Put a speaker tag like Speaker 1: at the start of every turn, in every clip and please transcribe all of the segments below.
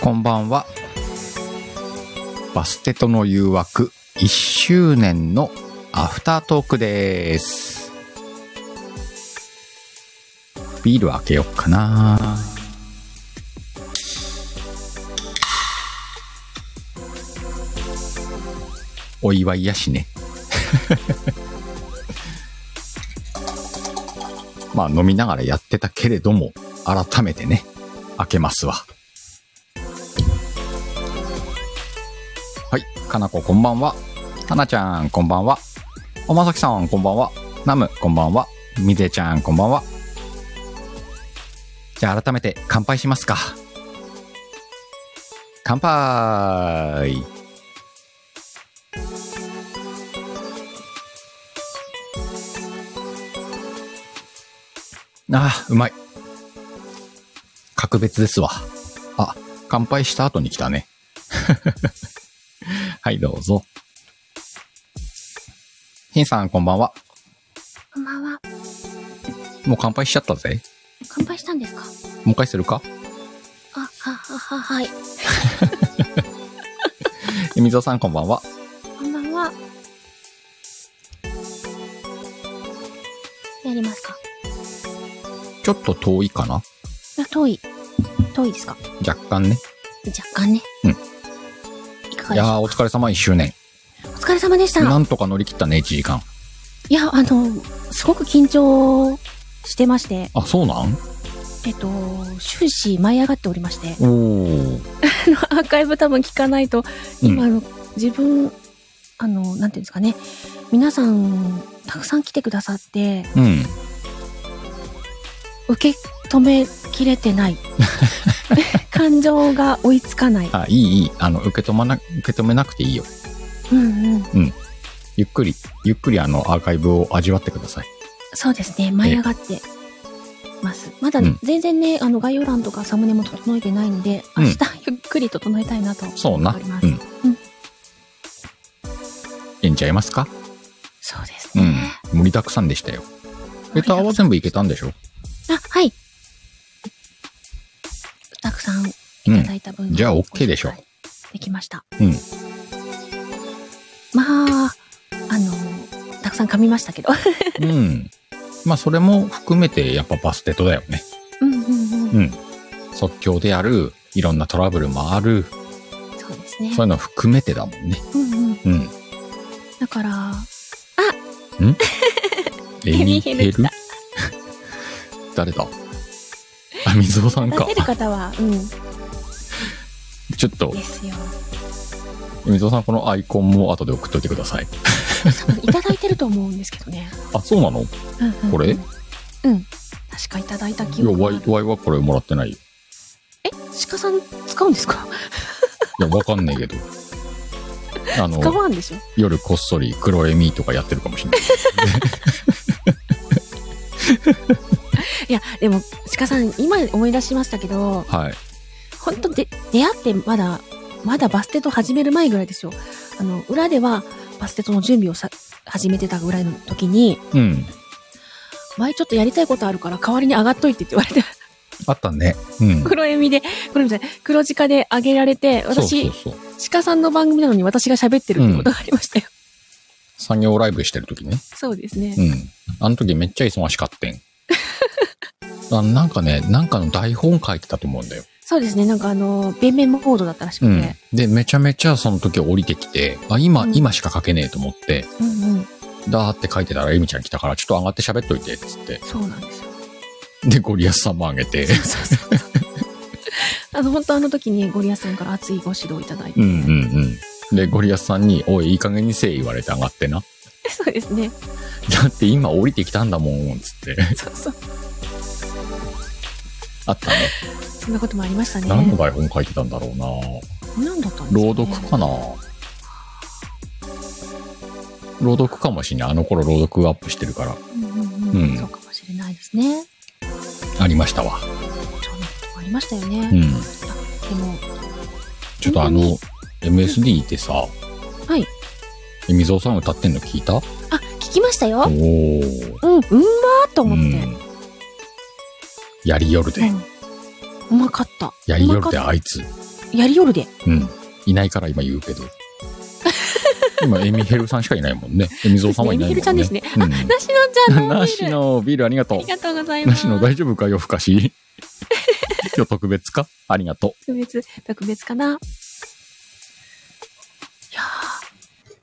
Speaker 1: こんばんは。バステとの誘惑1周年のアフタートークです。ビール開けよっかな。お祝いやしね。 まあ飲みながらやってたけれども、改めてね、開けますわ。はい、かなここんばんは。かなちゃんこんばんは。おまさきさんこんばんは。ナムこんばんは。みぜちゃんこんばんは。じゃあ改めて乾杯しますか。乾杯ああ、うまい。格別ですわ。あ、乾杯した後に来たね。はい、どうぞ。しんさん、こんばんは。
Speaker 2: こんばんは。
Speaker 1: もう乾杯しちゃったぜ。
Speaker 2: 乾杯したんですか
Speaker 1: もう一回するか
Speaker 2: あ、あ、あ、あ、はい。
Speaker 1: えみぞさん、こんばんは。
Speaker 2: こんばんは。やりますか
Speaker 1: ちょっと遠いかな
Speaker 2: あ、遠い。遠いですか
Speaker 1: 若干ね。
Speaker 2: 若干ね。
Speaker 1: うん
Speaker 2: いかが
Speaker 1: い
Speaker 2: でし
Speaker 1: や
Speaker 2: ょ
Speaker 1: ー、お疲れ様1周年。
Speaker 2: うお疲れ様でした。
Speaker 1: なんとか乗り切ったね、1時間。
Speaker 2: いや、あの、すごく緊張してまして、
Speaker 1: あ、そうなん
Speaker 2: えっと、終始舞い上がっておりまして、
Speaker 1: おー。
Speaker 2: あの、アーカイブ多分聞かないと、
Speaker 1: うん
Speaker 2: あの、自分、あの、なんていうんですかね、皆さん、たくさん来てくださって、
Speaker 1: うん。
Speaker 2: 受け止めきれてない 感情が追いつかない、
Speaker 1: あ、いい、いい。あの、受け止まな、受け止めなくていいよ。
Speaker 2: うんうん、
Speaker 1: ゆっくり、ゆっくりあの、アーカイブを味わってください。
Speaker 2: そうですね舞い上がってますまだ
Speaker 1: うん
Speaker 2: 全然ね、あの概要欄とかサムネも整えてないので
Speaker 1: うん
Speaker 2: 明日ゆっくり整えたいなと
Speaker 1: そうな。
Speaker 2: 思いま
Speaker 1: う
Speaker 2: す
Speaker 1: ん。いいんちゃいますか
Speaker 2: そうです
Speaker 1: う
Speaker 2: ね
Speaker 1: ん、。盛りだくさんでしたよ。レターは全部いけたんでしょ
Speaker 2: あはいたくさんいうた
Speaker 1: ん。
Speaker 2: だいた分、
Speaker 1: じゃあ OK でしょう
Speaker 2: できました
Speaker 1: うん
Speaker 2: まああのたくさん噛みましたけど
Speaker 1: うん。まあ、それも含めて、やっぱバステトだよね。
Speaker 2: うんうんうん、
Speaker 1: うん。即興である、いろんなトラブルもある、
Speaker 2: そうですね
Speaker 1: そういうの含めてだもんね。
Speaker 2: うんうん
Speaker 1: うん。
Speaker 2: だから、
Speaker 1: エニヘ
Speaker 2: エニヘル
Speaker 1: ル誰だあ、水尾さん
Speaker 2: 出
Speaker 1: か
Speaker 2: せ。る方は、うん、で
Speaker 1: ちょっと、
Speaker 2: すよ。
Speaker 1: 水尾さんこのアイコンも後で送っといてください。
Speaker 2: 多分いただいてると思うんですけどね。
Speaker 1: あ、そうなのい
Speaker 2: うんうんうん
Speaker 1: これ
Speaker 2: うん。確かいただいた記
Speaker 1: や、
Speaker 2: 憶が
Speaker 1: ワイ、ワイはこれもらってないよ。
Speaker 2: え、鹿さん使うんですか
Speaker 1: いや、わかんねえけど。あ
Speaker 2: 使
Speaker 1: の、
Speaker 2: わんでしょ
Speaker 1: 夜こっそり黒エミとかやってるかもしれない。
Speaker 2: いや、でも、鹿さん、今思い出しましたけど、
Speaker 1: はい。
Speaker 2: 本当で、出会ってまだ、まだバステと始める前ぐらいですよ。あの、裏では、バステとの準備をさ、始めてたぐらいの時に、
Speaker 1: うん。
Speaker 2: 前ちょっとやりたいことあるから代わりに上がっといてって言われて、
Speaker 1: あったね。うん。
Speaker 2: 黒エミで、黒エミじゃない黒鹿で上げられて、私、
Speaker 1: そうそうそう。
Speaker 2: 鹿さんの番組なのに私が喋ってるってことがありましたよ。
Speaker 1: 産業ライブしてる時ね。
Speaker 2: そうですね
Speaker 1: う。ん。あの時めっちゃ忙しかって ん。あなんかね、なんかの台本書いてたと思うんだよ。
Speaker 2: そうですね。なんかあの、弁明モードだったらしく
Speaker 1: うん
Speaker 2: て。。
Speaker 1: で、めちゃめちゃその時降りてきて、あ、今、
Speaker 2: うん
Speaker 1: 今しか書けねえと思って、
Speaker 2: うん、うん、
Speaker 1: だーって書いてたらエミちゃん来たから、ちょっと上がって喋っといて、つって。
Speaker 2: そうなんですよ。
Speaker 1: で、ゴリアスさんも上げて。
Speaker 2: そうそう そう。あの、本当あの時にゴリアスさんから熱いご指導いただいて。
Speaker 1: うんうんうん。で、ゴリアスさんに、おい、いい加減にせえ言われて上がってな。
Speaker 2: そうですね。
Speaker 1: だって今降りてきたんだもん、つって。
Speaker 2: そうそう。
Speaker 1: あったね。
Speaker 2: そんなこともありましたね。
Speaker 1: 何の台本書いてたんだろうな
Speaker 2: 何だったんですか、ね、
Speaker 1: 朗読かな朗読かもしんない。あの頃朗読アップしてるから。
Speaker 2: うんうんうん。
Speaker 1: うん
Speaker 2: そうかもしれないですね。
Speaker 1: ありましたわ。
Speaker 2: そんなこともありましたよ
Speaker 1: う
Speaker 2: ね。
Speaker 1: ん。
Speaker 2: でも、
Speaker 1: ちょっとあの、MSD ってさ、
Speaker 2: はい。
Speaker 1: みぞうさん歌ってんの聞いたお
Speaker 2: あ、聞きましたよ。
Speaker 1: ー。
Speaker 2: うん、うんまーと思って。
Speaker 1: うんやりよるで。
Speaker 2: うんうまかった。
Speaker 1: やりよ
Speaker 2: うまか
Speaker 1: る
Speaker 2: っ
Speaker 1: で
Speaker 2: た
Speaker 1: あいつ。
Speaker 2: やりよるで。
Speaker 1: うん。いないから今言うけ ど。今、エミヘルさんしかいないもんね。エミゾウさんはいないもんね。
Speaker 2: そうですねエミヘルちゃん
Speaker 1: うん
Speaker 2: なしのちゃんの
Speaker 1: なしのビールありが
Speaker 2: あ
Speaker 1: とう
Speaker 2: り。がとうございま
Speaker 1: な
Speaker 2: す。
Speaker 1: しの大丈夫か夜更かし。 今日特別かありがと
Speaker 2: 特別、特別かな。いや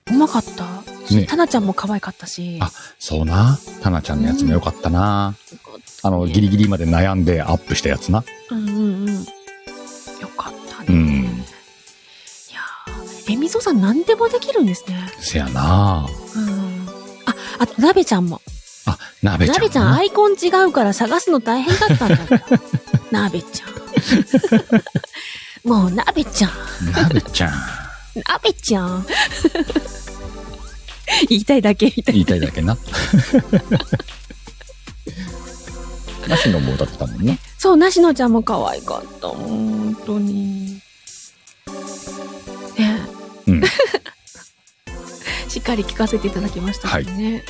Speaker 2: ー、うまかった。
Speaker 1: う。ね。
Speaker 2: タナちゃんも可愛かったし。
Speaker 1: あそうな。タナちゃんのやつもよかったな。
Speaker 2: よかった
Speaker 1: あ
Speaker 2: ね
Speaker 1: の、ギリギリまで悩んでアップしたやつな。
Speaker 2: うんうんうん。よかったね。
Speaker 1: う
Speaker 2: い
Speaker 1: ん。
Speaker 2: やー、えみぞさん何でもできるんですね。
Speaker 1: せやな。
Speaker 2: うん。あ、あと、なべちゃんも。
Speaker 1: あ、鍋ちゃん
Speaker 2: な
Speaker 1: な。
Speaker 2: べちゃんアイコン違うから探すの大変だったんだから。 なべちゃん。 もう、なべちゃん。
Speaker 1: 鍋ちゃん。
Speaker 2: なべちゃん。 言いたいだけ、言いたい。
Speaker 1: 言いたいだ けな。なしのも歌ってたもんね。
Speaker 2: そう、なしのちゃんも可愛かった。本当に。ね
Speaker 1: うん
Speaker 2: しっかり聞かせていただきましたけどね。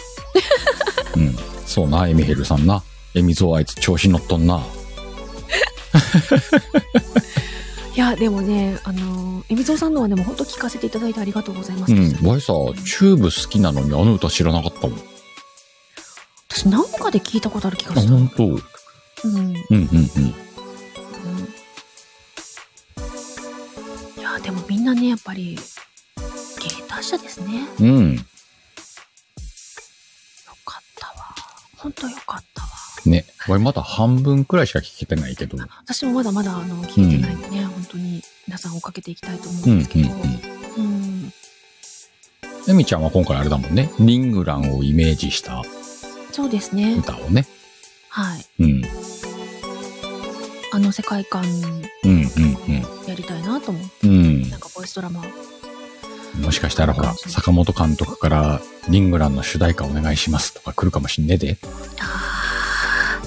Speaker 1: うん。そうな、エミヘルさんな。エミゾウあいつ調子乗っとんな。
Speaker 2: い、や、でもね、あのー、えみぞうさんのはね、もう本当聞かせていただいてありがとうございま
Speaker 1: う
Speaker 2: す。
Speaker 1: ん。わいさ、チューブ好きなのにあの歌知らなかったもん。
Speaker 2: 私、なんかで聞いたことある気が
Speaker 1: あ、
Speaker 2: する。
Speaker 1: ほんと。うん
Speaker 2: うん。うん
Speaker 1: うんうん。
Speaker 2: いや、でもみんなね、やっぱり、芸達者ですね。よ
Speaker 1: うん。
Speaker 2: かったわ。本当よかったわ。
Speaker 1: ね。わいまだ半分くらいしか聞けてないけど。
Speaker 2: 私もまだまだあの聞いてないんでね、本当に皆さん追っかけていきたいと思
Speaker 1: う
Speaker 2: うんん
Speaker 1: うん
Speaker 2: ですけど、うん
Speaker 1: うん。エミちゃんは今回あれだもんね。リングランをイメージした
Speaker 2: そうですね、
Speaker 1: 歌をね。
Speaker 2: はい、
Speaker 1: うん。
Speaker 2: あの世界観
Speaker 1: うん
Speaker 2: やりたいなと思
Speaker 1: う
Speaker 2: う、
Speaker 1: んうん。
Speaker 2: なんかボイスドラマ、
Speaker 1: うん。もしかしたらほら、坂本監督からリングランの主題歌お願いしますとか来るかもしんねえで。
Speaker 2: あ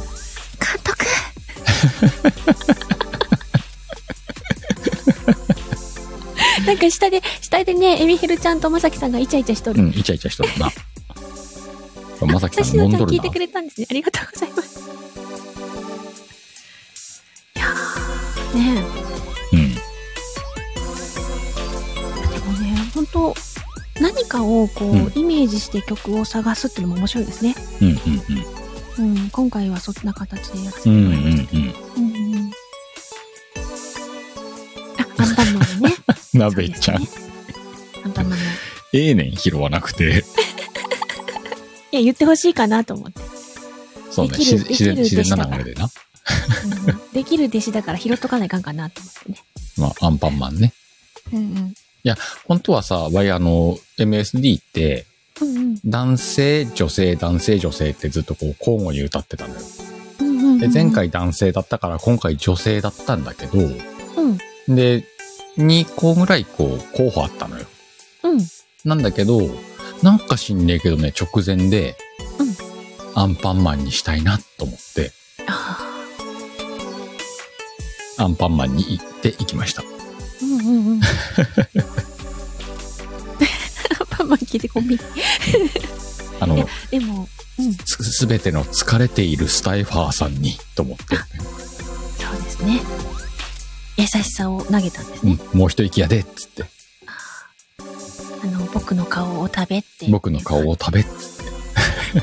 Speaker 2: ー監督 なんか下で下でねエミヘルちゃんとまさきさんがイチャイチャしと
Speaker 1: う
Speaker 2: る、
Speaker 1: ん、イチャイチャしとる な。まさき
Speaker 2: 私
Speaker 1: さん飲
Speaker 2: の
Speaker 1: ん
Speaker 2: ちゃん
Speaker 1: ど
Speaker 2: 聞
Speaker 1: る
Speaker 2: いて
Speaker 1: な
Speaker 2: く。れたんですねありがとうございますいやーねえ
Speaker 1: うん。
Speaker 2: でもね、本当何かをこう、
Speaker 1: うん
Speaker 2: イメージして曲を探すっていうのも面白いですね。
Speaker 1: うんうん
Speaker 2: うん、今回はそんな形でやらせ
Speaker 1: う
Speaker 2: て
Speaker 1: ん。うん
Speaker 2: もらいまし
Speaker 1: うんうん。
Speaker 2: た。うんうんあ、アンパンマン のね。
Speaker 1: なべちゃん
Speaker 2: そう。ですね。アンパンマンの。い
Speaker 1: ええねん、拾わなくて。
Speaker 2: や、言ってほしいかなと思って。
Speaker 1: そうね、
Speaker 2: できる
Speaker 1: 自自然、
Speaker 2: で
Speaker 1: 自
Speaker 2: きる
Speaker 1: 然な流れでな。
Speaker 2: うんできる弟子だから拾っとかないかんかなと思ってね。
Speaker 1: まあ、アンパンマンね。
Speaker 2: うん
Speaker 1: 本当はさ、わいあの、MSD って、
Speaker 2: うん。うんうん。
Speaker 1: 男性、女性、男性、女性ってずっとこう交互に歌ってたのよ。
Speaker 2: うんうんうん
Speaker 1: で、前。回男性だったから今回女性だったんだけど、
Speaker 2: うん。
Speaker 1: で、2個ぐらいこう候補あったのよ。
Speaker 2: うん。
Speaker 1: なんだけど、なんか知んねえけどね、直前で、
Speaker 2: うん
Speaker 1: アンパンマンにしたいなと思って、
Speaker 2: あ
Speaker 1: アンパンマンに行って行きました。
Speaker 2: ーうんうん うん。アンパンマン聞いてごめん。
Speaker 1: あ
Speaker 2: い
Speaker 1: の
Speaker 2: や、でも、うん。
Speaker 1: すすべての疲れているスタイファーさんに、と思って、
Speaker 2: そうですね。優しさを投げたんです
Speaker 1: う
Speaker 2: ね
Speaker 1: ん。もう一息やで、つって、
Speaker 2: あの、僕の顔を食べって。
Speaker 1: 僕の顔
Speaker 2: を。
Speaker 1: を食べ、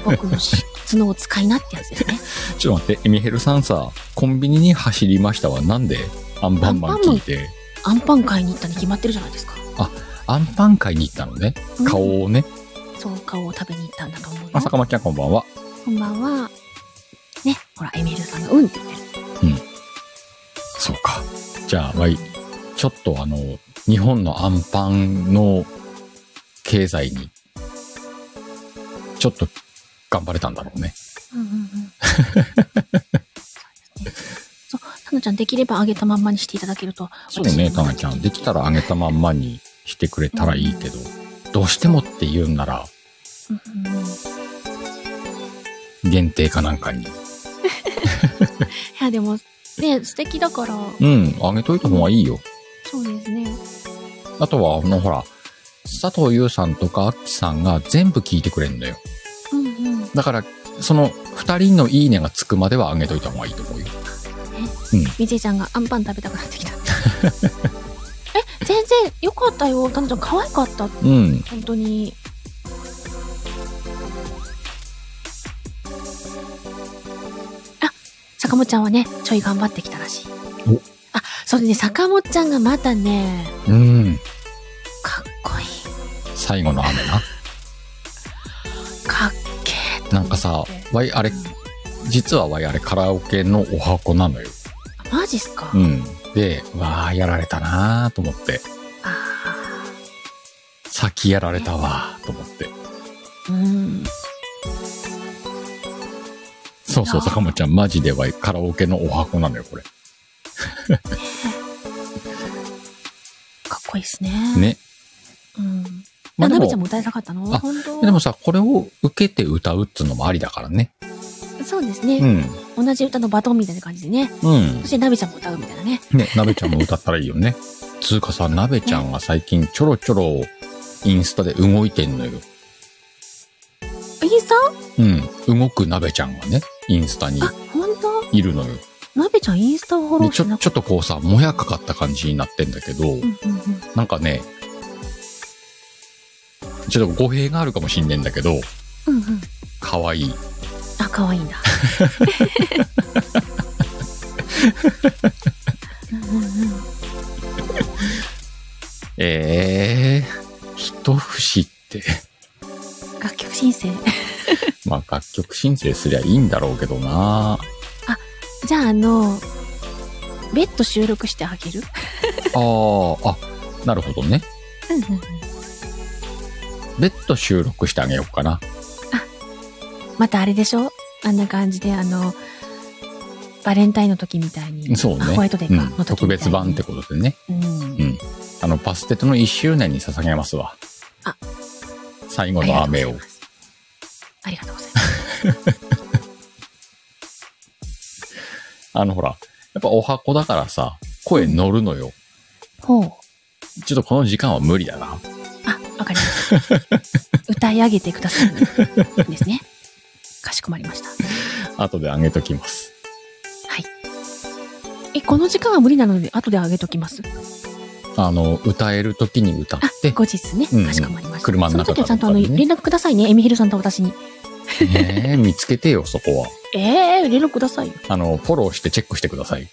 Speaker 2: 僕 のし角を使いなってやつですね。
Speaker 1: ちょっと待って、エミヘルさんさ、コンビニに走りましたはなんでアンパンマン聞いて、
Speaker 2: アンパン買いに行ったに決まってるじゃないですか。
Speaker 1: アンパン買いに行ったのね。
Speaker 2: うん
Speaker 1: 顔をね。
Speaker 2: そう、顔を食べに行ったんだと思うよ。
Speaker 1: あ、坂巻ちゃんこんばんは。
Speaker 2: こんばんは。ね、ほら、エミールさんがうんって言ってる。
Speaker 1: そうか。じゃあ、わい、ちょっとあの、日本のアンパンの経済に、ちょっと頑張れたんだろうね。
Speaker 2: うんうんうん。そうですね。そう、タナちゃんできれば揚げたまんまにしていただけると。
Speaker 1: そうね、
Speaker 2: 私も
Speaker 1: たなちゃん。できたらあげたまんまにしてくれたらいいけど、どうしてもって言うんなら、
Speaker 2: うんうんうん。い
Speaker 1: 限定かなんかに。
Speaker 2: や、でも、ね、素敵だから、
Speaker 1: うん、あげといた方がいいよ。
Speaker 2: そうですね。
Speaker 1: あとは、あの、ほら、佐藤優さんとかアッキさんが全部聞いてくれんだよ。
Speaker 2: うんうん。
Speaker 1: だから、その二人のいいねがつくまではあげといた方がいいと思うよ。
Speaker 2: みちえちゃんがアンパン食べたくなってきた。よかったよ。たのちゃん、可愛かった。
Speaker 1: うん。
Speaker 2: 本当に。あ、坂本ちゃんはね、ちょい頑張ってきたらしい。
Speaker 1: お
Speaker 2: あ、それね、坂本ちゃんがまたね、
Speaker 1: うん。
Speaker 2: かっこいい。
Speaker 1: 最後の雨な。
Speaker 2: かっけえ。
Speaker 1: なんかさ、わい、あれ、実はわい、あれカラオケのお箱なのよ。
Speaker 2: あマジっすか、
Speaker 1: うん。で、わあ、やられたなーと思って。
Speaker 2: あ
Speaker 1: 先やられたわーと思って。
Speaker 2: ーうん。
Speaker 1: そうそう、
Speaker 2: いいな
Speaker 1: 坂本ちゃん、マジでわい、カラオケのお箱なのよ、これ。
Speaker 2: かっこいいっすね。
Speaker 1: ね。
Speaker 2: うん。
Speaker 1: まあでも
Speaker 2: なべちゃんも歌いたかったの
Speaker 1: あ
Speaker 2: 本当
Speaker 1: でもさ、これを受けて歌うっつうのもありだからね。
Speaker 2: そうです
Speaker 1: う
Speaker 2: ね、
Speaker 1: ん。
Speaker 2: 同じ歌のバトンみたいな感じでね。
Speaker 1: うん
Speaker 2: そ。してなべちゃんも歌うみたいなね。
Speaker 1: ね、鍋ちゃんも歌ったらいいよ ね。つうかさ、鍋ちゃんが最近ちょろちょろインスタで動いてんのよ。
Speaker 2: インスタ
Speaker 1: うん。動く鍋ちゃんがね、インスタに
Speaker 2: あ、本当
Speaker 1: いるのよ。
Speaker 2: なべちゃんインスタをフォロ
Speaker 1: で、
Speaker 2: ーし
Speaker 1: ち
Speaker 2: てな
Speaker 1: ょ、
Speaker 2: か
Speaker 1: ちょっとこうさ、もやかかった感じになってんだけど、
Speaker 2: うんうんうん。
Speaker 1: なんかね、ちょっと語弊があるかもしんねえんだけど、
Speaker 2: うんうん。
Speaker 1: 可愛い。
Speaker 2: あ、可愛いんだ。 うんうんうん
Speaker 1: ええー、一節って、
Speaker 2: 楽曲申請。
Speaker 1: まあ楽曲申請すりゃいいんだろうけどな
Speaker 2: じゃあ、あの、別途収録してあげる
Speaker 1: あー、あ、なるほどね。
Speaker 2: うんうんうん。
Speaker 1: 別途収録してあげようかな。
Speaker 2: またあれでしょあんな感じで、あの、バレンタインの時みたいに。
Speaker 1: そうね
Speaker 2: あホワイトデー
Speaker 1: う
Speaker 2: か、
Speaker 1: ん、特別版って。ことでね。
Speaker 2: うん
Speaker 1: う。ん。あの、パステトの1周年に捧げますわ。
Speaker 2: あ
Speaker 1: 最後の雨を。
Speaker 2: ありがとうございます。
Speaker 1: あの、ほら、やっぱお箱だからさ、声乗るのよ。
Speaker 2: ほう。
Speaker 1: ちょっとこの時間は無理だな。
Speaker 2: あ、わかりました。歌い上げてくださるんですね。かしこまりました。
Speaker 1: 後であげときます。
Speaker 2: え、この時間は無理なので、後で上げときます。
Speaker 1: あの、歌える時に歌っ
Speaker 2: あ
Speaker 1: て、
Speaker 2: 後日ね。
Speaker 1: うんうん
Speaker 2: かしこまりました。
Speaker 1: 車の中
Speaker 2: その時はちゃんとあ
Speaker 1: と
Speaker 2: の、
Speaker 1: かにね
Speaker 2: 連絡くださいね。エミヒルさんと私に。
Speaker 1: ねえ、見つけてよ、そこは。
Speaker 2: ええ連絡くださいよ。
Speaker 1: あの、フォローしてチェックしてください。
Speaker 2: い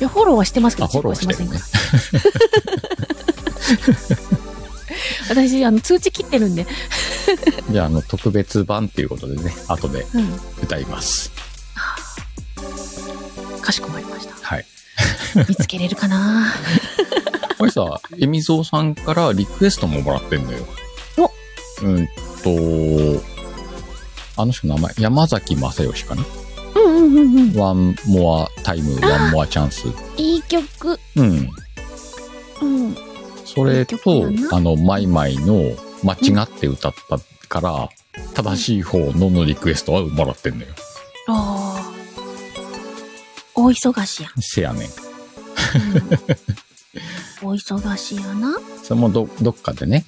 Speaker 2: や、フォローはしてますけど、
Speaker 1: あフォロー
Speaker 2: チェックは
Speaker 1: してるね
Speaker 2: ませんから。私、あの、通知切ってるんで。
Speaker 1: じゃあ、あの、特別版っていうことでね、後で
Speaker 2: うん。
Speaker 1: 歌います。
Speaker 2: かしこまりました。
Speaker 1: はい。
Speaker 2: 見つけれるかな
Speaker 1: これさ、エミゾウさんからリクエストももらってんだよ。
Speaker 2: お
Speaker 1: うんと、あの人の名前、山崎正義かな
Speaker 2: うんうんうんうん。
Speaker 1: ワンモアタイム、ワンモアチャンス。
Speaker 2: いい曲。
Speaker 1: うん。
Speaker 2: うん。
Speaker 1: それ
Speaker 2: いい曲
Speaker 1: と
Speaker 2: だな、
Speaker 1: あの、マイマイの間違って歌ったから、正しい方ののリクエストはもらってんだよ。
Speaker 2: ああ。大忙しや。
Speaker 1: せやねん。
Speaker 2: うん、お忙しやな。
Speaker 1: それもど、どっかでね、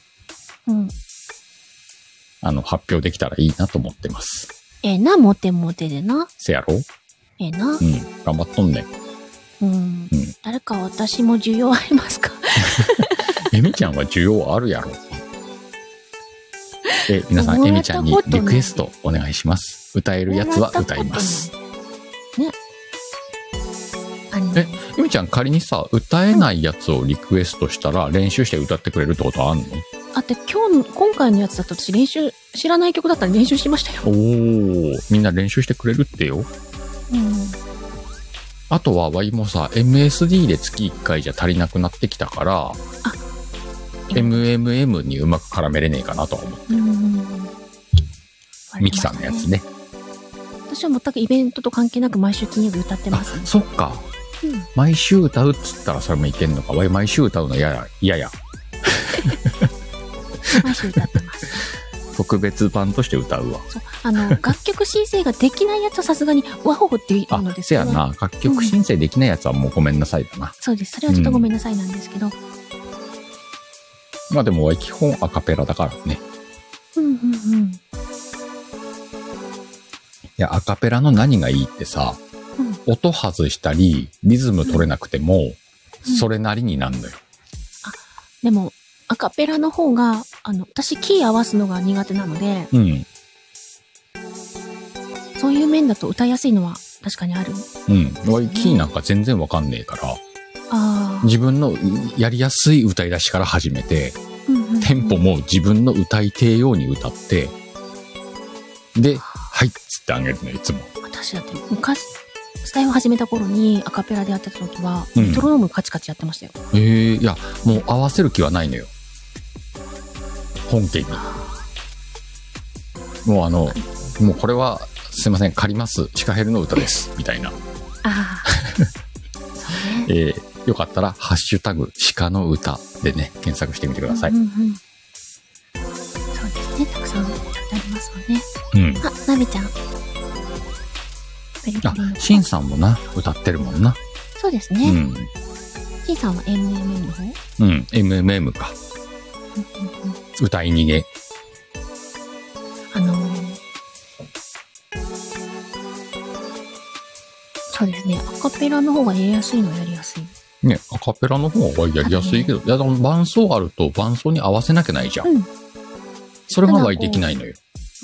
Speaker 2: うん。
Speaker 1: あの、発表できたらいいなと思ってます。
Speaker 2: ええな、モテモテでな。
Speaker 1: せやろ
Speaker 2: ええな
Speaker 1: う。ん。頑張っとんねん。
Speaker 2: うん。
Speaker 1: うん
Speaker 2: 誰か私も需要ありますか
Speaker 1: エミちゃんは需要あるやろ。え、皆さ
Speaker 2: も
Speaker 1: ん、
Speaker 2: ら
Speaker 1: エ
Speaker 2: った
Speaker 1: ミちゃんに
Speaker 2: ことない
Speaker 1: リクエストお願いします。歌えるやつは歌います。
Speaker 2: もらったことない。ね。あの、
Speaker 1: えエミちゃん、仮にさ、歌えないやつをリクエストしたら、練習して歌ってくれるってことあんの
Speaker 2: あって今日の、今回のやつだと私練習、知らない曲だったら練習しましたよ。
Speaker 1: おー、みんな練習してくれるってよ。
Speaker 2: うん。
Speaker 1: あとは、ワイもさ、MSD で月1回じゃ足りなくなってきたから、MMM にうまく絡めれねえかなとは思う。
Speaker 2: うん。
Speaker 1: ミキさんのやつ。ね。
Speaker 2: 私は全くイベントと関係なく毎週金曜日歌って
Speaker 1: あ
Speaker 2: ます、ね、。
Speaker 1: そっか。
Speaker 2: うん。
Speaker 1: 毎週歌うっつったらそれもいけんのか。わい、毎週歌うの嫌や、嫌や。
Speaker 2: 毎週歌ってます。
Speaker 1: 特別版として歌うわ。
Speaker 2: そう。あの、楽曲申請ができないやつはさすがに、ワホホっていう
Speaker 1: あ
Speaker 2: の、で
Speaker 1: せや
Speaker 2: それは
Speaker 1: な。楽曲申請できないやつはもうごめんなさいだな。
Speaker 2: そうです。それはちょっとごめんなさいなんですけど。
Speaker 1: まあでも、わい基本アカペラだからね。
Speaker 2: うんうんうん。
Speaker 1: いや、アカペラの何がいいってさ、
Speaker 2: うん
Speaker 1: 音外したり、リズム取れなくても、それなりになんだよ。
Speaker 2: でも、アカペラの方が、あの、私、キー合わすのが苦手なので、
Speaker 1: うん。
Speaker 2: そういう面だと歌いやすいのは確かにある。
Speaker 1: うん。わいキーなんか全然わかんねえから、
Speaker 2: ああ。
Speaker 1: 自分のやりやすい歌い出しから始めて、
Speaker 2: うんうんうん
Speaker 1: テンポ。も自分の歌いてえように歌って、で、はいっつってあげるの、いつも。
Speaker 2: 私だって、昔、スタイを始めた頃にアカペラでやってた時は、
Speaker 1: うん
Speaker 2: メトロノームカチカチやってましたよ。
Speaker 1: ええいや、もう合わせる気はないのよ。本家に。もうあの、もうこれは、すいません、借ります。シカヘルの歌です。みたいな。
Speaker 2: ああ。 そうね。
Speaker 1: えーよかったら、ハッシュタグ、鹿の歌でね、検索してみてください。
Speaker 2: うんうんうんそうですね。たくさんやってありますわね。
Speaker 1: うん。
Speaker 2: あ、なべちゃん。ペリペ
Speaker 1: あ
Speaker 2: リの、
Speaker 1: シンさんもな、歌ってるもんな。
Speaker 2: そうです
Speaker 1: う
Speaker 2: ね。
Speaker 1: ん。
Speaker 2: ち、んさんは MMM の方、うん
Speaker 1: うん。MMM か。
Speaker 2: うんうん、
Speaker 1: 歌い逃げ。
Speaker 2: あのーそうですね。アカペラの方がやりやすいのはやりやすい。
Speaker 1: ね、アカペラの方がやりやすいけど、いや、でも伴奏あると伴奏に合わせなきゃないじゃん。
Speaker 2: うん
Speaker 1: それがわいできないのよ。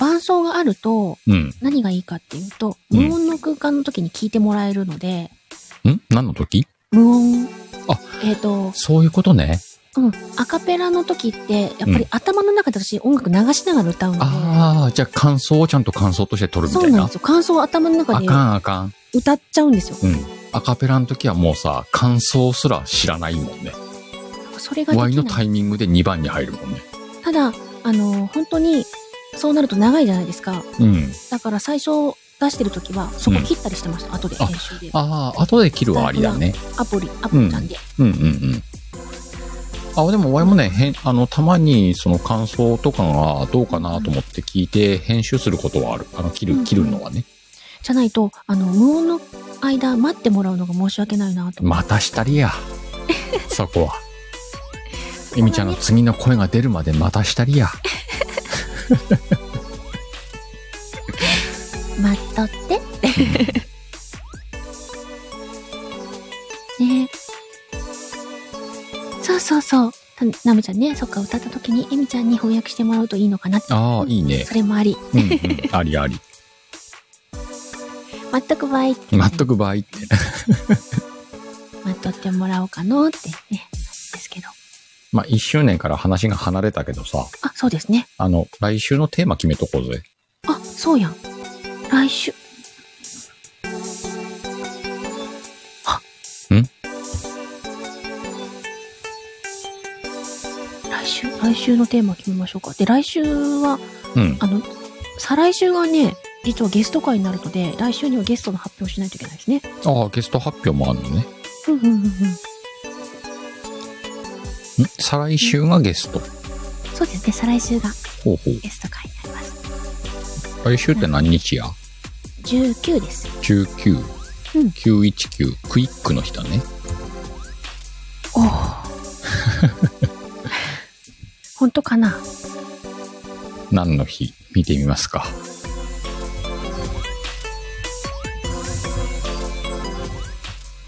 Speaker 2: 伴奏があると
Speaker 1: うん。
Speaker 2: 何がいいかっていうと、
Speaker 1: うん
Speaker 2: 無音の空間の時に聞いてもらえるので、
Speaker 1: ん何の時
Speaker 2: 無音。
Speaker 1: あ
Speaker 2: えっ、と、
Speaker 1: そういうことね。
Speaker 2: うん。アカペラの時って、やっぱり頭の中で私音楽流しながら歌うので、
Speaker 1: ああ、じゃあ感想をちゃんと感想として取るみ
Speaker 2: そ
Speaker 1: た
Speaker 2: う
Speaker 1: い
Speaker 2: なん
Speaker 1: な
Speaker 2: です。よ。感想を頭の中
Speaker 1: あ
Speaker 2: で
Speaker 1: かんあかん。
Speaker 2: 歌っちゃうんですよ。
Speaker 1: うん。アカペラの時はもうさ、感想すら知らないもんね。
Speaker 2: それがで
Speaker 1: ワイ
Speaker 2: き
Speaker 1: の
Speaker 2: な
Speaker 1: タ
Speaker 2: い。
Speaker 1: イミングで2番に入るもんね。
Speaker 2: ただ、あの、本当に、そうなると長いじゃないですか。
Speaker 1: うん。
Speaker 2: だから最初出してる時は、そこ切ったりしてました。後で
Speaker 1: あ
Speaker 2: 編集で。
Speaker 1: ああ、後で切るはありだね。
Speaker 2: アプリ、アプリなんで。
Speaker 1: うんうんうん。あ、でもワイもね、へんあの、たまにその感想とかがどうかなと思って聞いて編集することはある。あの、切
Speaker 2: うん
Speaker 1: る、切るのはね。
Speaker 2: じゃないと、あの、無音の間、待ってもらうのが申し訳ないなと。
Speaker 1: またした りや。そこは。えみちゃんの次の声が出るまでまたしたりや。
Speaker 2: 待っとって。 ねそうそうそう。たなむちゃんね、そっか、歌った時にえみちゃんに翻訳してもらうといいのかなって。
Speaker 1: ああ、いいね。
Speaker 2: それもあり。
Speaker 1: うんうん。ありあり。
Speaker 2: 全く倍。
Speaker 1: 納得場合って。
Speaker 2: 待っとってもらおうかのってね。ですけど。
Speaker 1: まあ、1周年から話が離れたけどさ、
Speaker 2: あ、そうですね。
Speaker 1: あの、来週のテーマ決めとこうぜ。
Speaker 2: あ、そうやん。来週。あ
Speaker 1: ん
Speaker 2: 来週、来週のテーマ決めましょうか。で、来週は、
Speaker 1: うん。
Speaker 2: あの、再来週がね、実はゲスト会になるので、来週にはゲストの発表をしないといけないですね。
Speaker 1: ああ、ゲスト発表もあるのね。
Speaker 2: うんうんうんうん。
Speaker 1: ん再来週がゲスト。
Speaker 2: そうですね、再来週が
Speaker 1: ほうほ
Speaker 2: ゲスト会になります。
Speaker 1: う。来週って何日や
Speaker 2: 19です。
Speaker 1: ?19。
Speaker 2: うん
Speaker 1: 919。クイックの日だね。
Speaker 2: おお。本当かな
Speaker 1: 何の日見てみますか。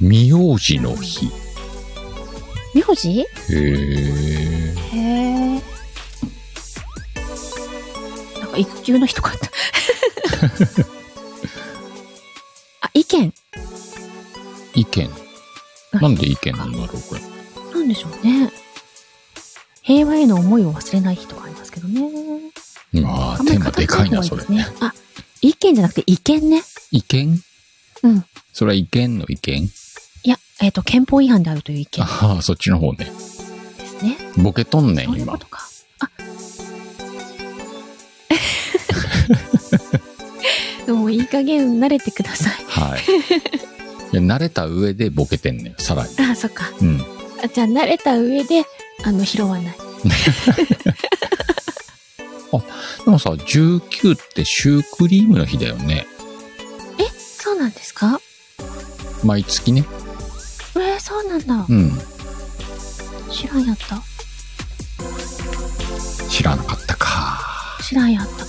Speaker 1: 苗字の日。
Speaker 2: 名字
Speaker 1: へえ。
Speaker 2: へえ。なんか育休の日とか あった。あ、意見。
Speaker 1: 意見。なんで意見なんだろう、これ。
Speaker 2: なんでしょうね。平和への思いを忘れない日とかありますけどね。
Speaker 1: まあ、
Speaker 2: あんま
Speaker 1: テ
Speaker 2: り
Speaker 1: ーマで
Speaker 2: 形
Speaker 1: かいな、
Speaker 2: 方
Speaker 1: そ
Speaker 2: が
Speaker 1: れ
Speaker 2: です。ね。あ、意見じゃなくて意見ね。
Speaker 1: 違憲
Speaker 2: うん。
Speaker 1: それは違憲の違憲
Speaker 2: いや、えっ、と、憲法違反であるという意見
Speaker 1: ああ、そっちの方ね。
Speaker 2: ですね。
Speaker 1: ボケとんね
Speaker 2: そ
Speaker 1: ん、
Speaker 2: ういうこ
Speaker 1: 今。
Speaker 2: とか。 あでもいい加減慣れてください。
Speaker 1: はい。いや 慣れた上でボケてんねん、さらに。
Speaker 2: あそっか。
Speaker 1: うん。
Speaker 2: あじゃあ慣れた上で、あの、拾わない。
Speaker 1: でもさ、19ってシュークリームの日だよね。
Speaker 2: そうなんですか
Speaker 1: 毎月ね。
Speaker 2: えー、そうなんだ
Speaker 1: う。ん。
Speaker 2: 知らんやった。
Speaker 1: 知らなかったか。
Speaker 2: 知らんやった。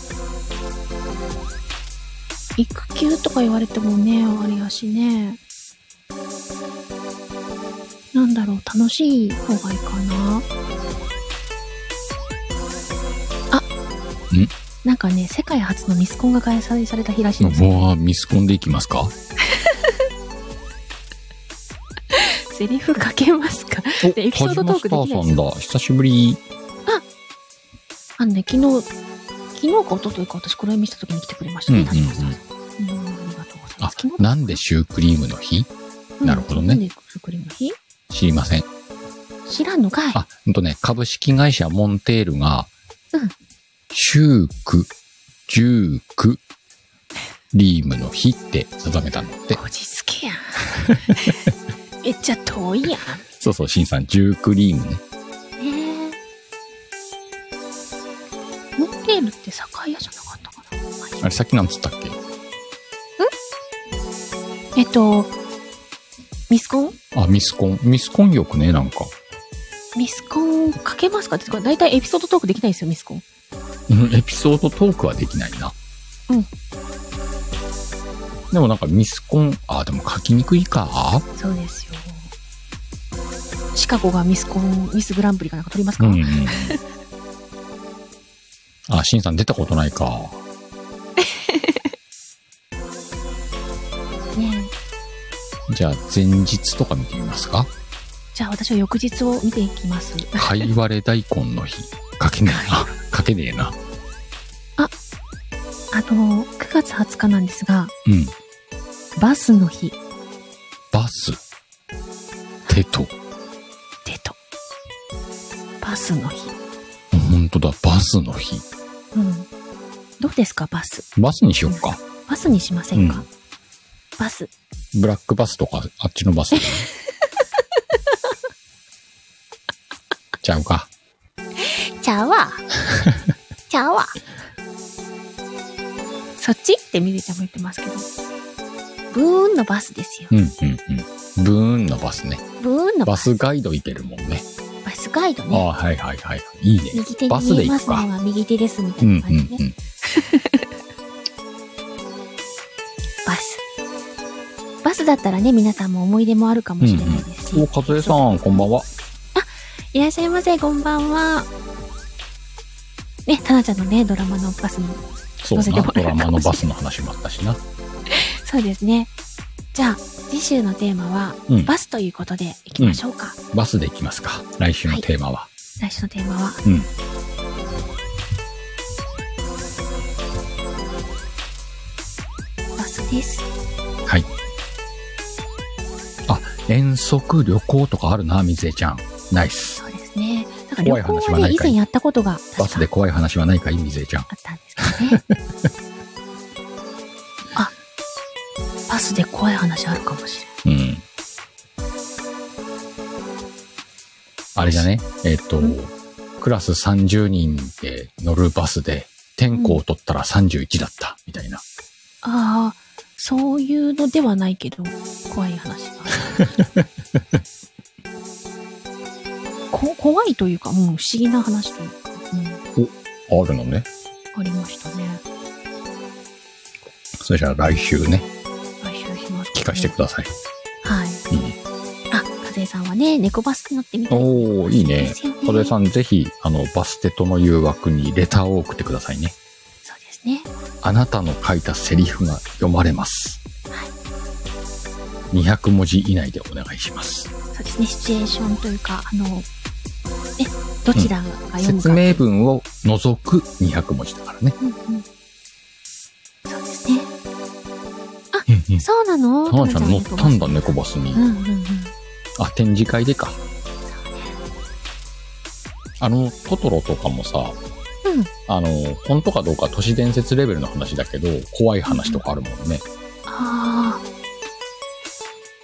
Speaker 2: 育休とか言われてもね、あれやしね。なんだろう、楽しい方がいいかな。なんかね、世界初のミスコンが開催された日らしいんですよ。
Speaker 1: もうミスコンでいきますか
Speaker 2: セリフ書けますか
Speaker 1: お
Speaker 2: でエピソードトークできない
Speaker 1: 田島
Speaker 2: で
Speaker 1: スタ
Speaker 2: す
Speaker 1: ーさんだ久しぶり
Speaker 2: あのね、昨日、昨日か一昨日か私これ見せた時に来てくれましたね、
Speaker 1: うんうんうん
Speaker 2: 田島さん。うん、ありがとうございま
Speaker 1: あ
Speaker 2: す。昨日
Speaker 1: なんでシュークリームの日
Speaker 2: うん
Speaker 1: なるほどね
Speaker 2: なんで作りの日
Speaker 1: 知りません
Speaker 2: 知らんのかい。
Speaker 1: あほんとね株式会社モンテールが、
Speaker 2: うん
Speaker 1: シュークジュークリームの日って定めたのって
Speaker 2: こじつけやん。めっちゃ遠いやん。
Speaker 1: そうそうしんさんジュークリームね
Speaker 2: ねえ。モンテールって酒屋じゃなかったかなまあいい
Speaker 1: あれさっきなんつったっけ
Speaker 2: えっと、ミスコン
Speaker 1: あミスコンミスコンよくねなんか
Speaker 2: ミスコンかけますかって、これ大体エピソードトークできないんですよ、ミスコン。
Speaker 1: うんエピソードトークはできないな。
Speaker 2: うん。
Speaker 1: でもなんかミスコン、あ、でも書きにくいか。
Speaker 2: そうですよ。シカゴがミスコン、ミスグランプリかなんか取ります
Speaker 1: う
Speaker 2: か、
Speaker 1: ん。あ、シンさん出たことないか。
Speaker 2: ねえ
Speaker 1: じゃあ前日とか見てみますか。
Speaker 2: じゃあ私は翌日を見ていきます。
Speaker 1: かいわれ大根の日。書けねえな。書けねえな。
Speaker 2: あの、9月20日なんですが、
Speaker 1: うん。
Speaker 2: バスの日、
Speaker 1: バス。手と。
Speaker 2: でと。バスの日。
Speaker 1: ほんとだ、バスの日。
Speaker 2: うん。どうですか、バス。
Speaker 1: バスにしよっか。
Speaker 2: バスにしませんか、
Speaker 1: うん
Speaker 2: バス。
Speaker 1: ブラックバスとか、あっちのバス とかね。ちゃうか。
Speaker 2: ちゃうわ。 ちゃうわ。そっちってみずちゃんも言ってますけど。ブーンのバスですよ
Speaker 1: う。んうんうん。ブーンのバスね。
Speaker 2: ブーンの
Speaker 1: バ
Speaker 2: バス。
Speaker 1: スガイド行けるもんね。
Speaker 2: バスガイド
Speaker 1: あ
Speaker 2: ね。
Speaker 1: あ、はいはいはい。いいね。
Speaker 2: 右手に
Speaker 1: バスで
Speaker 2: 見え
Speaker 1: 行
Speaker 2: ます
Speaker 1: くか
Speaker 2: のが右手ですみた
Speaker 1: う
Speaker 2: い
Speaker 1: んうん
Speaker 2: な感じね。
Speaker 1: うん。
Speaker 2: バス。バスだったらね、皆さんも思い出もあるかもしれないですし。
Speaker 1: お、かずえさん、こんばんは。
Speaker 2: いらっしゃいませ、こんばんは。ね、タナちゃんのね、ドラマのバスに。
Speaker 1: そう
Speaker 2: 乗せて
Speaker 1: な、
Speaker 2: も
Speaker 1: ド
Speaker 2: らえ
Speaker 1: ラ
Speaker 2: る
Speaker 1: マ
Speaker 2: か
Speaker 1: の
Speaker 2: もしれない
Speaker 1: バスの話もあったしな。
Speaker 2: そうですね。じゃあ、次週のテーマは、
Speaker 1: うん。
Speaker 2: バスということでいきましょうか。
Speaker 1: バスで行きますか。来週のテーマは。
Speaker 2: 来週のテーマは、
Speaker 1: うん
Speaker 2: バスです。
Speaker 1: 遠足旅行とかあるな、みずえちゃん。ナイス。
Speaker 2: そうですね。なんか旅
Speaker 1: 怖い話は
Speaker 2: 行はね、
Speaker 1: ない
Speaker 2: 以
Speaker 1: かい
Speaker 2: 前やったことが
Speaker 1: バスで怖い話はないかい、みずえちゃん。
Speaker 2: あったんですけどね。 あ、バスで怖い話あるかもしれない。
Speaker 1: うん。あれじゃね、えっ、と
Speaker 2: うん、
Speaker 1: クラス30人で乗るバスで、天候を取ったら31だった、みたいな。
Speaker 2: ああ、そういうのではないけど、怖い話が。 こ怖いというか、うん、不思議な話というか、うん、
Speaker 1: あるのね。
Speaker 2: ありましたね。
Speaker 1: それじゃあ来週ね、
Speaker 2: 来週します、ね。
Speaker 1: 聞かせてください。
Speaker 2: はい。
Speaker 1: うん。
Speaker 2: あ、風江さんはね、猫バスに乗ってみたい。
Speaker 1: おー、いいね。風さ
Speaker 2: ん。
Speaker 1: ん、ぜひ、あの、バステとの誘惑にレターを送ってくださいね。
Speaker 2: そうですね。
Speaker 1: あなたの書いたセリフが読まれます。
Speaker 2: はい。
Speaker 1: 200文字以内でお願いします。
Speaker 2: そうですね。シチュエーションというか、あの、え、どちらが読むか。
Speaker 1: 説明文を除く200文字だからね。
Speaker 2: うんうん。そうですね。
Speaker 1: うんうん。
Speaker 2: そうなの
Speaker 1: タナちゃん乗っ
Speaker 2: 猫
Speaker 1: たんだ、猫バスに
Speaker 2: う。んうんうん。
Speaker 1: あ、展示会でか。あの、トトロとかもさ、
Speaker 2: うん。
Speaker 1: あの、本当かどうか都市伝説レベルの話だけど、怖い話とかあるもんね。
Speaker 2: あ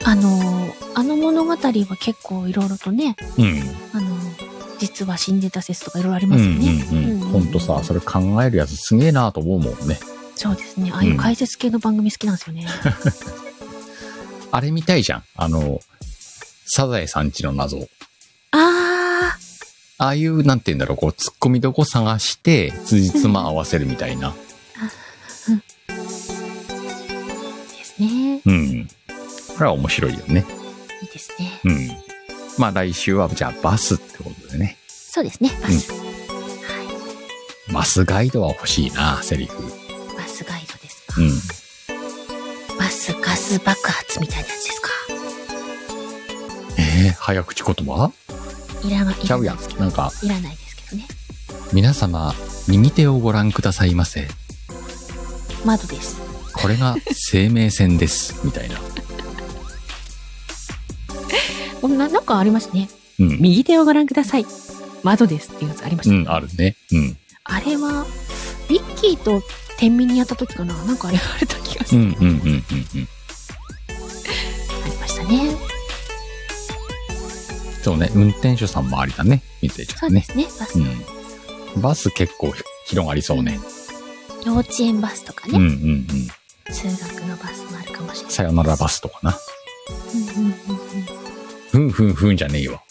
Speaker 2: あ。あの、あの物語は結構いろいろとね、
Speaker 1: うん。
Speaker 2: あの、実は死んでた説とかいろいろあり
Speaker 1: う
Speaker 2: ますよね。
Speaker 1: んうんうん。ほんとさ、それ考えるやつすげえなと思うもんね。
Speaker 2: そうですね。ああいう解説系の番組好きなんです よね。
Speaker 1: あれみたいじゃん。あの、サザエさんちの謎。
Speaker 2: ああ、
Speaker 1: ああいう、なんて言うんだろう、こう、突っ込みどこ探して、辻褄合わせるみたいな。
Speaker 2: ですね。い
Speaker 1: うん。これは面白いよね。
Speaker 2: いですね。
Speaker 1: うん。まあ来週は、じゃあバスってことでね。
Speaker 2: そうですね。パス。
Speaker 1: マスガイドは欲しいな、セリフ。
Speaker 2: バスガイドですか、
Speaker 1: うん。
Speaker 2: バスガス爆発みたいなやつですか
Speaker 1: えー、早口言葉
Speaker 2: いらないい
Speaker 1: ちゃ
Speaker 2: ら
Speaker 1: う
Speaker 2: な
Speaker 1: や
Speaker 2: い
Speaker 1: ん
Speaker 2: ですけ。ど
Speaker 1: なんか、
Speaker 2: いらないですけどね
Speaker 1: 皆様、右手をご覧くださいませ。
Speaker 2: 窓です
Speaker 1: これ が生命線です。みたいな。
Speaker 2: こんななんかありますね
Speaker 1: うん。
Speaker 2: 右手をご覧ください窓ですっていうやつありまし
Speaker 1: う
Speaker 2: た、
Speaker 1: ん、あるね。うん。
Speaker 2: あれはビッキーと天秤にやった時かななんかあれ言われた気がす
Speaker 1: うん、
Speaker 2: る、
Speaker 1: うん、うん、うん、うん。
Speaker 2: ありましたね
Speaker 1: そうね。運転手さんもありだね。みずえち
Speaker 2: そ
Speaker 1: ゃ
Speaker 2: うんで
Speaker 1: ね。
Speaker 2: すねバス、
Speaker 1: うん。バス結構ひ広がりそうね。
Speaker 2: 幼稚園バスとか
Speaker 1: うん、う
Speaker 2: ね、
Speaker 1: ん、うん。
Speaker 2: 通学のバスもあるかもしれない
Speaker 1: さよならバスとかな。
Speaker 2: うんうんうん
Speaker 1: ふんふんふんじゃねえよ。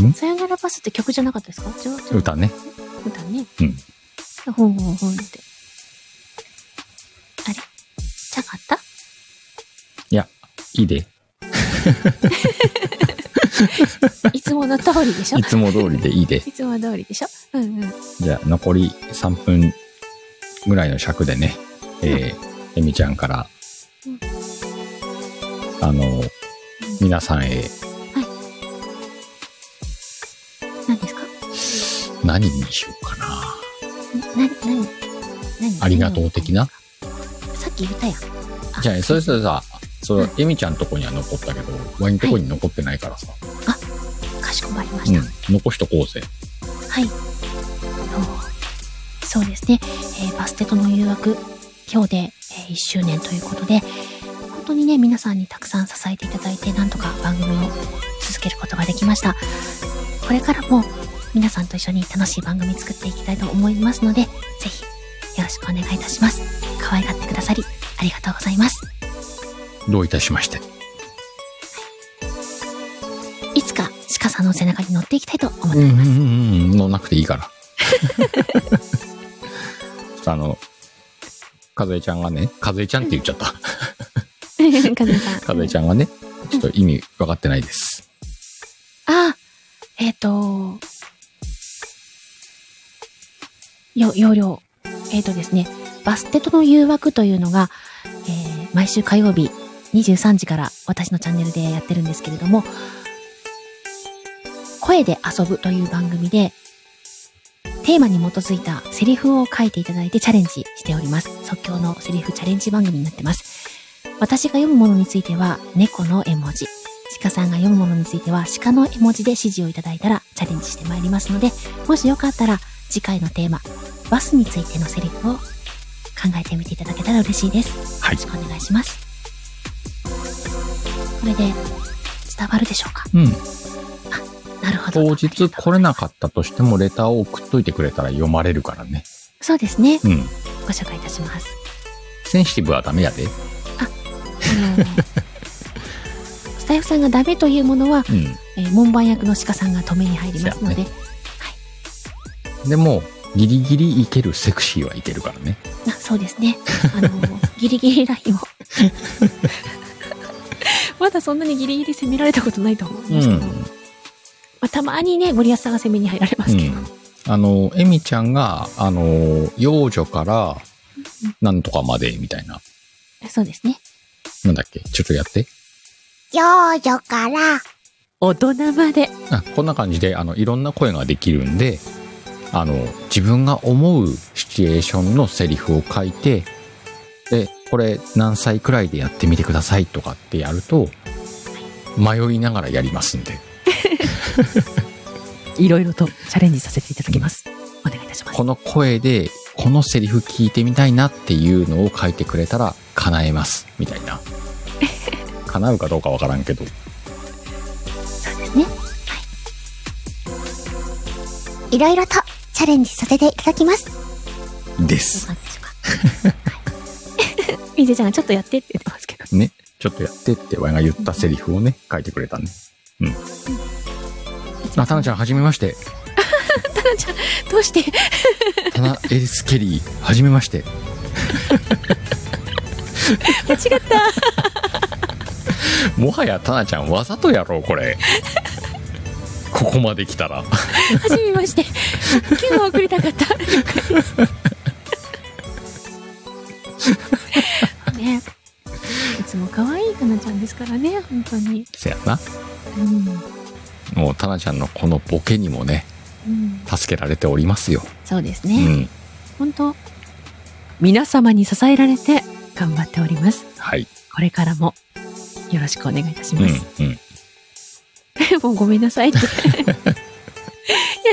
Speaker 2: うんさよならバスって曲じゃなかったですか違う違う
Speaker 1: 歌ね。
Speaker 2: 歌ね
Speaker 1: うん
Speaker 2: ほんほんほんってあれちゃかった
Speaker 1: いいで。
Speaker 2: いつもの通りでしょ
Speaker 1: いつも通りでいいで。
Speaker 2: いつも通りでしょうんうん。
Speaker 1: じゃあ残り3分ぐらいの尺でね、えー、えみちゃんから、
Speaker 2: うん
Speaker 1: あの、皆さんへ
Speaker 2: 何ですか
Speaker 1: 何にしようかな。
Speaker 2: な、な、何何
Speaker 1: ありがとう的な。
Speaker 2: さっき言ったやん。
Speaker 1: じゃあ、それぞれさ、そうの
Speaker 2: ん
Speaker 1: えみちゃんとこには残ったけど、ワインとこに残ってないからさ、
Speaker 2: かしこまりま
Speaker 1: う
Speaker 2: し
Speaker 1: ん
Speaker 2: た。、
Speaker 1: 残しとこうぜ。
Speaker 2: はい。そうそうですね、えーバステとの誘惑、今日で、え1周年ということで、本当にね、皆さんにたくさん支えていただいて、なんとか番組を続けることができました。これからも皆さんと一緒に楽しい番組作っていきたいと思いますので、ぜひよろしくお願いいたします。可愛がってくださり、ありがとうございます。
Speaker 1: どういたしまして。
Speaker 2: いつか鹿さんの背中に乗っていきたいと思
Speaker 1: う
Speaker 2: っ て
Speaker 1: ん
Speaker 2: い
Speaker 1: うん
Speaker 2: ます。
Speaker 1: うんうん、乗んなくていいから。 あの、かずえちゃんがね、かずえちゃんって言っちゃった。
Speaker 2: かずえさん。
Speaker 1: かずえちゃんがね、ちょっと意味分かってないです。
Speaker 2: あ、えっ、と、よ、容量。えっ、とですね、バステとの誘惑というのが、えー毎週火曜日23時から私のチャンネルでやってるんですけれども、声で遊ぶという番組で、テーマに基づいたセリフを書いていただいてチャレンジしております。即興のセリフチャレンジ番組になってます。私が読むものについては、猫の絵文字。鹿さんが読むものについては鹿の絵文字で指示をいただいたらチャレンジしてまいりますのでもしよかったら次回のテーマバスについてのセリフを考えてみていただけたら嬉しいです、
Speaker 1: はい
Speaker 2: よろしくお願いしますこれで伝わるでしょうか
Speaker 1: うん。
Speaker 2: なるほど
Speaker 1: 当日来れなかったとしても、レターを送っといてくれたら読まれるからね。
Speaker 2: そうですね
Speaker 1: うん。
Speaker 2: ご紹介いたします
Speaker 1: センシティブはダメやで。
Speaker 2: あのスタイフさんがダメというものは、
Speaker 1: う
Speaker 2: えー門番役の鹿さんが止めに入りますので、
Speaker 1: ん。でも、ギリギリいけるセクシーはいけるからね。
Speaker 2: あそうですね。あの、ギリギリラインを。 まだそんなにギリギリ攻められたことないと思うんですけど、まあ、たまにね、森保さんが攻めに入られますけど、
Speaker 1: うんあの、エミちゃんが、あの、幼女から、なんとかまで、みたいな。
Speaker 2: そうですね。
Speaker 1: なんだっけちょっとやって。
Speaker 3: 幼女から
Speaker 2: 大人まで。
Speaker 1: あこんな感じで、あの、いろんな声ができるんで、あの、自分が思うシチュエーションのセリフを書いて、で、これ何歳くらいでやってみてくださいとかってやると、迷いながらやりますんで、
Speaker 2: いろいろとチャレンジさせていただきます。お願いいたしま
Speaker 1: この声で、このセリフ聞いてみたいなっていうのを書いてくれたら叶えます、みたい な。叶うかどうかわからんけど。
Speaker 2: そうですね。
Speaker 3: いろいろとチャレンジさせていただきます。
Speaker 1: です。
Speaker 2: そうなんでしょうか。はい みずえちゃんがちょっとやってって言ってますけど。
Speaker 1: ね。ちょっとやってって、わいが言ったセリフをね、書いてくれたね。あ、たなちゃん、はじめまして。
Speaker 2: どうして
Speaker 1: タナ・エリス・ケリー、はじめまして。
Speaker 2: 間違った。
Speaker 1: もはやタナちゃん、わざとやろう、これ。ここまで来たら
Speaker 2: 初めましてキュンを送りたかったねいつも可愛いかなちゃんですからね本当に
Speaker 1: せやな
Speaker 2: うん
Speaker 1: もうタナちゃんのこのボケにもね
Speaker 2: うん
Speaker 1: 助けられておりますよ、
Speaker 2: そうです
Speaker 1: う
Speaker 2: ね、
Speaker 1: ん
Speaker 2: 本当皆様に支えられて頑張っております
Speaker 1: はい、
Speaker 2: これからもよろしくお願いいたし
Speaker 1: うん
Speaker 2: ま
Speaker 1: うん
Speaker 2: す、もうごめんな さいっていや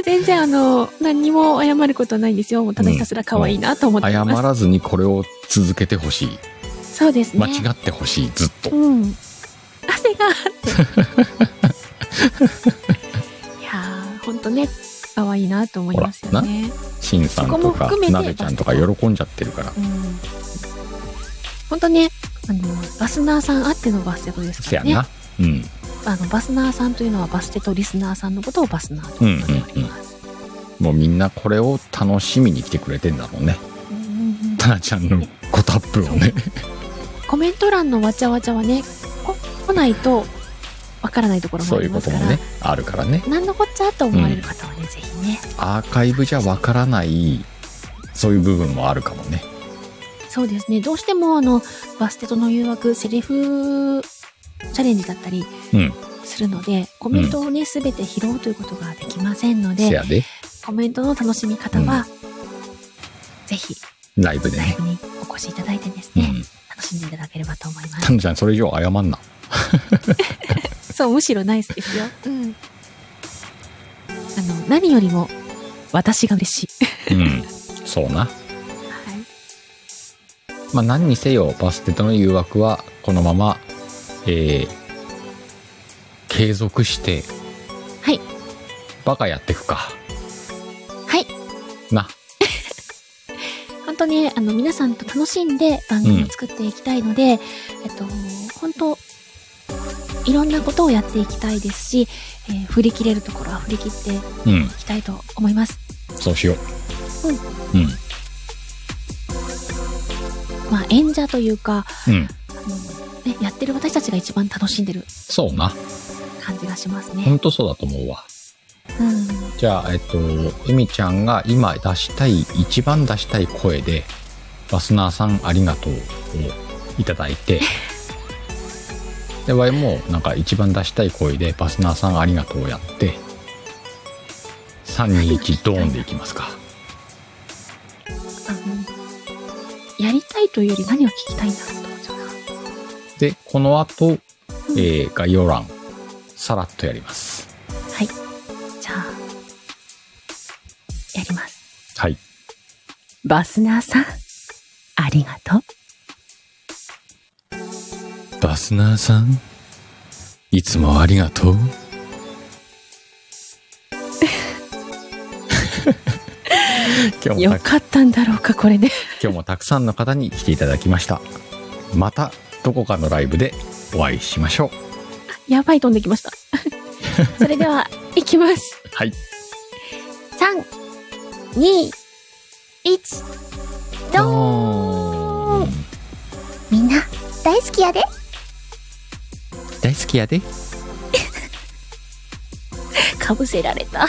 Speaker 2: 全然あの何にも謝ることはないんですよもうただひたすら可愛いなと思って
Speaker 1: 謝
Speaker 2: ます、
Speaker 1: らずにこれを続けてほしい
Speaker 2: そうですね
Speaker 1: 間違ってほしいずっと
Speaker 2: うん汗がいやーほんとね可愛いなと思いますよね
Speaker 1: シンさんと
Speaker 2: そこも
Speaker 1: か
Speaker 2: 含めて
Speaker 1: なべちゃんとか喜んじゃってるから
Speaker 2: うん本当ねあのバスナーさんあってのバステトです
Speaker 1: せや
Speaker 2: からね
Speaker 1: な、うん
Speaker 2: あのバスナーさんというのはバステとリスナーさんのことをバスナーと呼んでおります。
Speaker 1: もうみんなこれを楽しみに来てくれてんだろうね
Speaker 2: うんうんうん
Speaker 1: タナちゃんのごタップをね
Speaker 2: コメント欄のわちゃわちゃはねこ来ないとわからないところも
Speaker 1: そ
Speaker 2: あ
Speaker 1: うい
Speaker 2: り
Speaker 1: う
Speaker 2: ま
Speaker 1: こと
Speaker 2: すか
Speaker 1: も
Speaker 2: ら、
Speaker 1: ねあるからね
Speaker 2: 何のこっちゃと思われる方はね、ぜひね
Speaker 1: アーカイブじゃわからないそういう部分もあるかもね
Speaker 2: そうですねどうしてもあのバステとの誘惑セリフチャレンジだったり
Speaker 1: うん
Speaker 2: するので、コメントをね全て拾うということができませんの
Speaker 1: せ
Speaker 2: で
Speaker 1: やで
Speaker 2: コメントの楽しみ方は、ぜひ
Speaker 1: ライブで
Speaker 2: ライ
Speaker 1: ね
Speaker 2: ブにお越しいただいてです
Speaker 1: うん
Speaker 2: ね、楽しんでいただければと思いま
Speaker 1: タ
Speaker 2: す
Speaker 1: ナちゃんそれ以上謝んな
Speaker 2: そうむしろナイスですよ、うん、あの何よりも私が嬉しい、
Speaker 1: うんそうな
Speaker 2: はい、
Speaker 1: まあ、何にせよバステとの誘惑はこのまま、えー継続して
Speaker 2: はい
Speaker 1: バカやっていくか
Speaker 2: はい
Speaker 1: な
Speaker 2: 本当ね、あの、皆さんと楽しんで番組を作っていきたいので、えっと、本当いろんなことをやっていきたいですし、えー振り切れるところは振り切ってい
Speaker 1: うん
Speaker 2: きたいと思います。
Speaker 1: そうしよううん
Speaker 2: まあ、演者というか、
Speaker 1: うん、
Speaker 2: あのね、やってる私たちが一番楽しんでる
Speaker 1: そうな
Speaker 2: 感じがします
Speaker 1: ほ
Speaker 2: ね。
Speaker 1: んとそうだと思うわ
Speaker 2: うん。
Speaker 1: じゃあえっとエミちゃんが今出したい一番出したい声で「バスナーさんありがとう」をいただいてでワイもなんか一番出したい声で「バスナーさんありがとう」をやって321ドーンでいきますか
Speaker 2: あの、やりたいというより何を聞きたいんだろうと思っちゃうな。
Speaker 1: でこの後、
Speaker 2: うん
Speaker 1: えー概要欄さらっとやります
Speaker 2: はい。じゃあ、やります。
Speaker 1: はい
Speaker 2: バスナーさん、ありがとう。
Speaker 1: バスナーさんいつもありがとう 今日
Speaker 2: よ
Speaker 1: もた
Speaker 2: かったんだろうか、これで。
Speaker 1: 今日もたくさんの方に来ていただきましたまたどこかのライブでお会いしましょう
Speaker 2: やばい、飛んできました。それでは、いきます。
Speaker 1: はい
Speaker 3: 3、2、1。
Speaker 1: どーん
Speaker 3: みんな、大好きやで。
Speaker 1: 大好きやで
Speaker 2: かぶせられた。